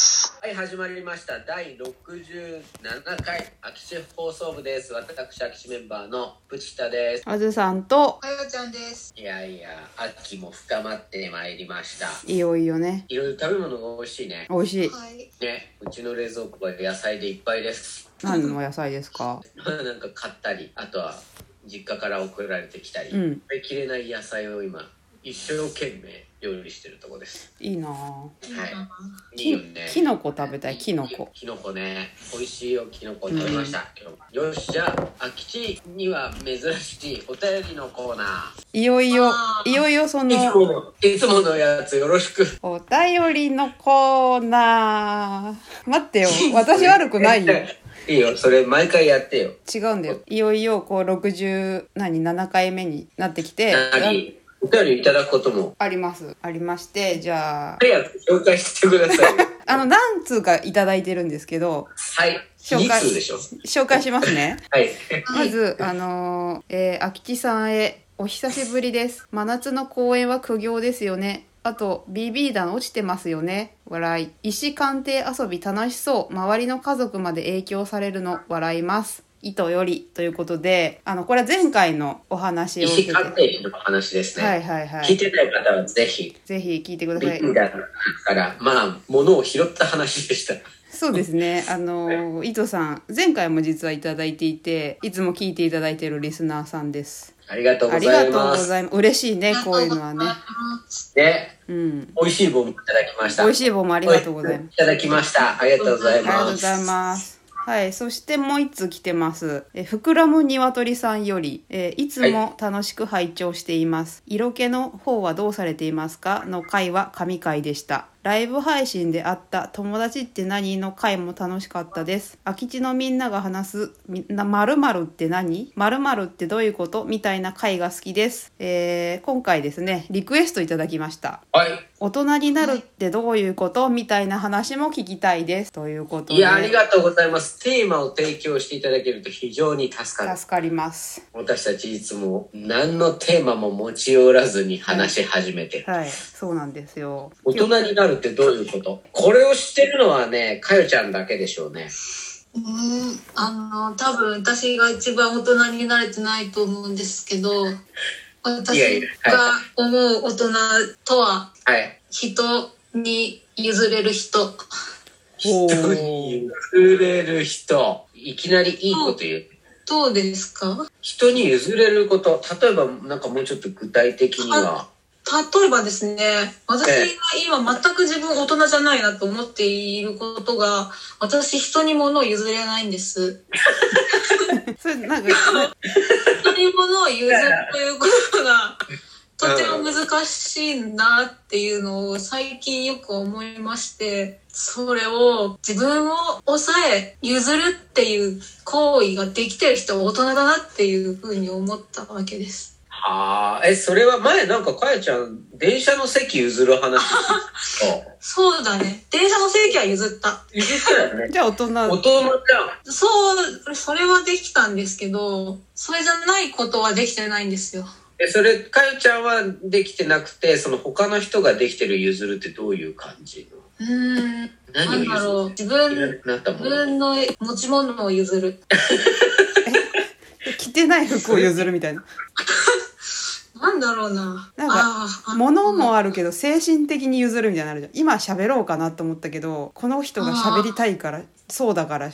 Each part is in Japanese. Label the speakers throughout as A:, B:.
A: 始まりました第67回空き地放送部です私空き地メンバーのプチタです
B: あずさんと、
C: かよちゃんです。
A: いやいや秋も深まってまいりました
B: いよいよね。
A: いろいろ食べ物が美味しいね
B: 美味しい。
C: はい。
A: ねうちの冷蔵庫は野菜でいっぱいです
B: 何の野菜ですか
A: まあなんか買ったりあとは実家から送られてきたり、
B: うん
A: 食べきれない野菜を今一生懸命料理してるとこです
B: いいなぁ。
A: はいいいいよね
B: きのこ食べたい、きのこ。
A: きのこね美味しいよきのこ食べました、今日よしじゃあ空き地には珍しいお便りのコーナ
B: いよいよ
C: あ、ー
B: いよいよその、
A: ーのいつものやつよろしく
B: お便りのコーナー。待ってよ、私悪くないよ。
A: いいよそれ毎回やってよ
B: 違うんだよ。いよいよ、こう、60、何、7回目になってきて、
A: 何お便りいただくことも
B: あります。ありまして、じゃあ、
A: 早く紹介してくだ さい
B: あの、何通かいただいてるんですけど、
A: はい
B: 紹介
A: 2通でしょ
B: 紹介しますね。
A: はい
B: まず、あのーえー、秋地さんへ、お久しぶりです。真夏の公園は苦行ですよね。あと、BB 弾落ちてますよね。笑い。石鑑定遊び楽しそう。周りの家族まで影響されるの、笑います。糸より、ということで、あの、これは前回のお話を受け
A: 石
B: て。
A: 鑑定士の話ですね、
B: はいはいは
A: 聞い
B: い。
A: てない方はぜひ
B: ぜひ聞いてくだ
A: リ
B: さい。
A: ーダーからまあ物を拾った話でした
B: そうですね。あのー、糸さん、前回も実はいただいていて、いつも聞いていただいているリスナーさんです。
A: ありがとう
B: あ
A: ご
B: りが
A: ざ
B: と
A: いう
B: ご
A: ます
B: ざいます。嬉しいね、こういうのはね。
A: ね
B: うん。
A: 美味しい棒もいただきました。
B: 美味しい棒もあ
A: い
B: りがとうございます。
A: いただきました。ありがとうござ
B: あ
A: い
B: りがとう
A: ます。
B: ございます。はい。そしてもう一通来てます。え、膨らむ鶏さんより、えーいつも楽しく拝聴しています。色気の方はどうされていますかの回は神回でした。ライブ配信であった友達って何の回も楽しかったです。空き地のみんなが話す、みな、〇〇って何〇〇ってどういうことみたいな回が好きです。えー今回ですね、リクエストいただきました。
A: はい。
B: 大人になるってどういうことみたいな話も聞きたいですということで
A: いや、ありがとうございます。テーマを提供していただけると非常に助かる。
B: 助かります
A: 私たちいつも何のテーマも持ち寄らずに話し始めてる。
B: はいそうなんですよ
A: 大人になるってどういうことこれを知ってるのはね、かよちゃんだけでしょうね。
C: うん、あの、多分私が一番大人になれてないと思うんですけど、
A: いやい
C: 私
A: や
C: が思う大人とは、
A: はい。
C: 人に譲れる人。
B: おー
A: 人に譲れる人。いきなりいいこと言う。
C: どうですか
A: 人に譲れること。例えば、なんかもうちょっと具体的には。
C: 例えばですね、私が
A: ええ
C: 今全く自分大人じゃないなと思っていることが、私人に物を譲れないんです。
B: それなんか
C: 人に物を譲るということが、とても難しいなっていうのを最近よく思いまして、それを自分を抑え、譲るっていう行為ができてる人は大人だなっていうふうに思ったわけです。
A: ああ、え、それは前なんかかやちゃん、電車の席譲る話してたそう
C: そうだね。電車の席は譲った。
A: 譲ったよね。
B: じゃあ大
A: 大
B: 人
A: 人じ
C: そう、それはできたんですけど、それじゃないことはできてないんですよ。
A: ゃん。え、それ、かやちゃんはできてなくて、その他の人ができてる譲るってどういう感じの
C: うーん、な
A: 何
C: んだろ
A: を
C: う。自
A: 譲るいらなくなっ
C: 分、
A: たも
C: 自
A: の。い
C: 分の持ち物を譲る。
B: 着てない服を譲るみたいな
C: なんだろうな。
B: なんか
C: ああ
B: 物もあるけど精神的に譲るみたいなのあるじゃん今喋ろうかなと思ったけどこの人が喋りたいからそうだから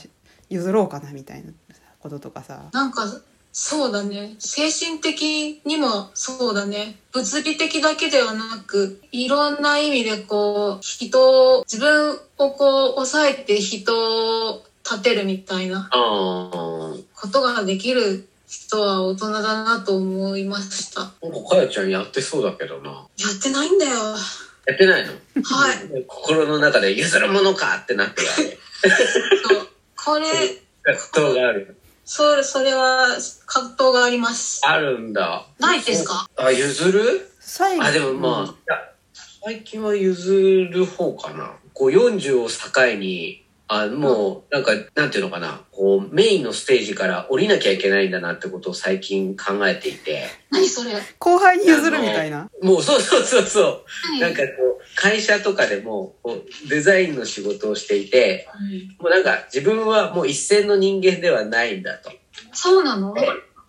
B: 譲ろうかなみたいなこととかさ
C: なんか、そうだね。精神的にもそうだね。物理的だけではなく、いろんな意味でこう、人を、自分をこう、抑えて人を立てるみたいな
A: あー
C: ことができる人は大人だなと思いました。
A: なんかかやちゃんやってそうだけどな。
C: やってないんだよ。
A: やってないの
C: はい。
A: 心の中で譲るものかってなってるあれ
C: そうこれ、
A: 葛藤がある。
C: それ、それは葛藤があります。
A: あるんだ。
C: ないですか
A: あ、譲る
B: 最
A: あでもまあ、
B: うん
A: いや最近は譲る方かなこう40を境にあもうなんかなんていうのかなこうメインのステージから降りなきゃいけないんだなってことを最近考えていて
C: 何それ
B: 後輩に譲るみたいな
A: もうそうそうそうそう
C: 何
A: なんかこう会社とかでも、こうデザインの仕事をしていて、
C: うん
A: もうなんか自分はもう一線の人間ではないんだと。
C: そうなのは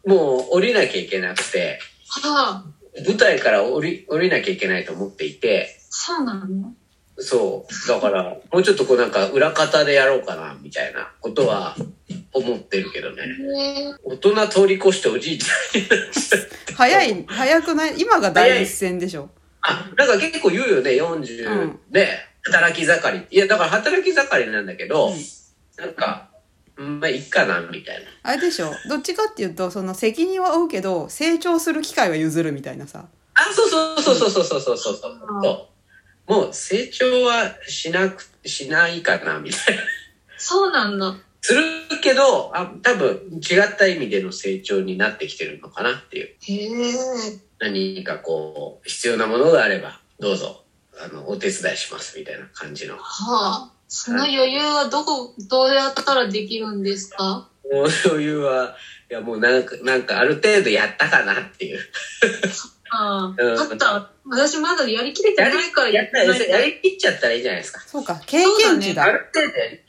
A: もう降りなきゃいけなくて、
C: あ、
A: 舞台から降り、降りなきゃいけないと思っていて、
C: そうなの
A: そう。だから、もうちょっとこうなんか裏方でやろうかな、みたいなことは思ってるけどね。
C: へえ
A: 大人通り越しておじいちゃんになっちゃう。
B: 早い早くない今が第一線でしょ
A: あ、なんか結構言うよね、
B: う
A: 40
B: ん
A: で、働き盛り。いや、だから働き盛りなんだけど、
B: うん
A: なんか、うんまあ、いっかな、みたいな。
B: あれでしょどっちかっていうとその責任は負うけど成長する機会は譲るみたいなさ
A: あ、そうそうそうそうそうそうそうそう。
C: うん
A: そうもう成長はしなく、しないかな、みたいな。
C: そうなんだ。
A: するけど、あ、多分違った意味での成長になってきてるのかなっていう。
C: へえ。
A: 何かこう、必要なものがあれば、どうぞ、あの、お手伝いします、みたいな感じの。
C: はあ。その余裕はどこ、どうやったらできるんですか
A: もう余裕は、いやもうなんか、なんかある程度やったかなっていう。
C: ああ、
A: うん
C: あった。私まだやりきれてないから
A: や
C: や
A: っ
C: って
A: た
C: ない。
A: らやりきっちゃったらいいじゃないですか。
B: そうか経験値だ
A: ある程度やり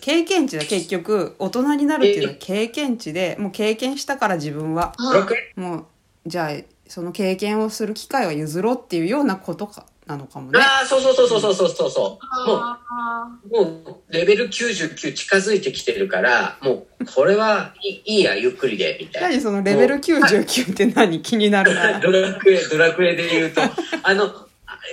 B: 経験値だ結局大人になるっていうのは経験値でもう経験したから自分は
A: ブロッ
C: は
A: ク
B: もうじゃあその経験をする機会は譲ろうっていうようなことかなのかもね
A: ああ、そうそうそうそうそうそうそ
C: ああ
A: う。もう、レベル99近づいてきてるから、もう、これはいいいいや、ゆっくりで、みたい
B: 何そのレベル99って何気になる
A: な。
B: な
A: ドラクエ、ドラクエで言うと、あの、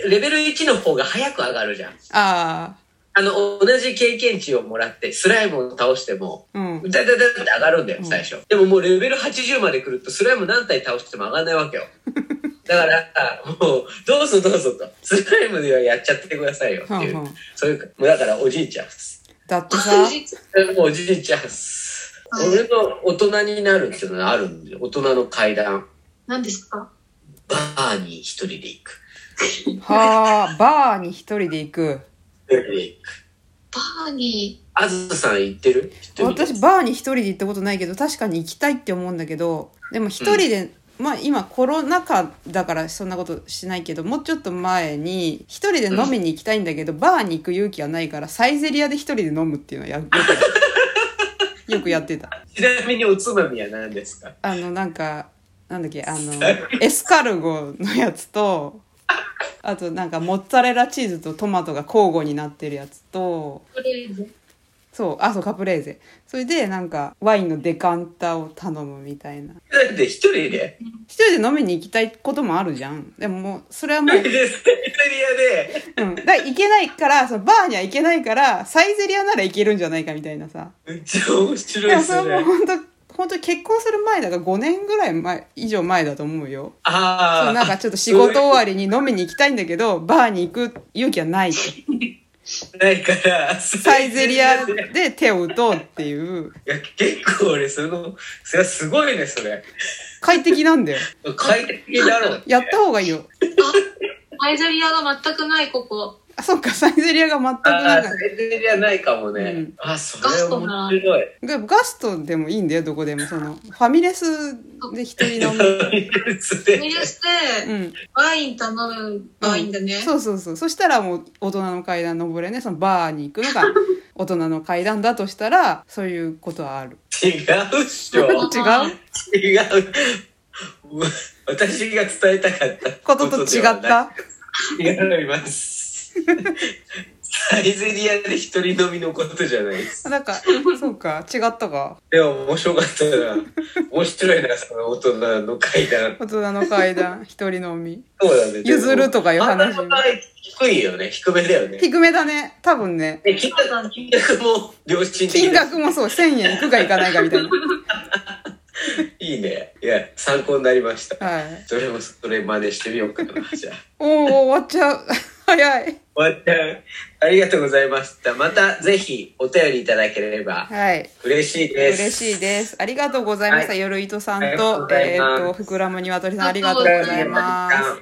A: レベル1の方が早く上がるじゃん。
B: あ
A: あの、同じ経験値をもらって、スライムを倒しても、
B: あうん
A: だだだだって上がるんだよ、最初。でももうレベル80まで来ると、スライム何体倒しても上がんないわけよ。だから、もう、どうぞどうぞと、スライムではやっちゃってくださいよっていう。
B: はんはん
A: そういうか、もうだからおじいちゃんっす。
B: だってさ
C: あ。実
A: もうおじいちゃんっす。
C: はい
A: 俺の大人になるっていうのがあるんで、大人の階段。
C: 何ですか
A: バーに一人で行く。
B: はあバーに一人で行く
A: 一人で行く。
C: バーに、
A: あずさん行ってる一人で
B: 私バーに一人で行ったことないけど確かに行きたいって思うんだけどでも一人で、まあ今コロナ禍だからそんなことしないけどもうちょっと前に一人で飲みに行きたいんだけど、バーに行く勇気がないからサイゼリアで一人で飲むっていうのをやよくやってたよくやってた
A: ちなみにおつまみは何ですか
B: あのなんかなんだっけあのエスカルゴのやつとあとなんかモッツァレラチーズとトマトが交互になってるやつと
C: とりあえず。
B: そう、あ、そう、カプレーゼ。それで、なんか、ワインのデカンタを頼むみたいな。
A: だって一人で、
B: 一人で飲みに行きたいこともあるじゃん。でももう、それ はもう、
A: 一人でスタイリアで、
B: うん。だから行けないから、そのバーには行けないから、サイゼリアなら行けるんじゃないかみたいなさ。
A: めっちゃ面白い
B: で
A: っ
B: もそ
A: す
B: れは
A: ね
B: も。う本当本当に結婚する前だから5年ぐらい前、以上前だと思うよ。
A: あ
B: そう
A: あ。
B: なんかちょっと仕事終わりに飲みに行きたいんだけど、バーに行く勇気はないと。
A: ないから、サ
B: サイゼリアで手を打とうっていう、
A: いや、結構俺、その、それはすごいね、それ。
B: 快適なんだよ。
A: 快適だろう。
B: やった方がいいよ。
C: あ、サイゼリアが全くない、ここ。
B: あ、そっか、サイゼリアが全くな
A: あ
B: か
A: あ、
B: った
A: サイゼリアないかもね。
B: うん
A: あ、それ面白い。
B: でもガストでもいいんだよどこでもそのファミレスで一人飲 む、
C: ファミレス
B: う
C: で、
B: ん、
C: ワイン頼むワインだね。
B: そうそうそうそしたらもう大人の階段登れねそのバーに行くのが大人の階段だとしたらそういうことはある
A: 違うっしょ。
B: 違う
A: 違う。 私が伝えたかった
B: ことと違っ
A: では
B: た
A: ない。違います。サイゼリアで一人飲みのことじゃないです。
B: なんかそうか違ったか
A: でも面白かったな。面白いな、その大人の階段。
B: 大人の階段一人飲み
A: そうだね。
B: 譲るとかいう話
A: 真ん中低いよね。低めだよね。
B: 低めだね多分ね
A: で金額金額も良心的
B: 金額もそう1000円いくかいかないかみたい
A: いいね。いや、参考になりました。
B: なはい
A: それもそれ真似してみようか な。じゃあ。
B: おー終わっちゃう 早い
A: わっちゃん、ありがとうございました。またぜひお便りいただければ
B: はい
A: 嬉しいです。
B: 嬉しいです。ありがとうございました。
A: はい
B: よるいとさん
A: ありがとう
B: と
A: ご、ざい
B: え
A: ます
B: ーっと、ふくらむにわとりさん、ありがとうございます。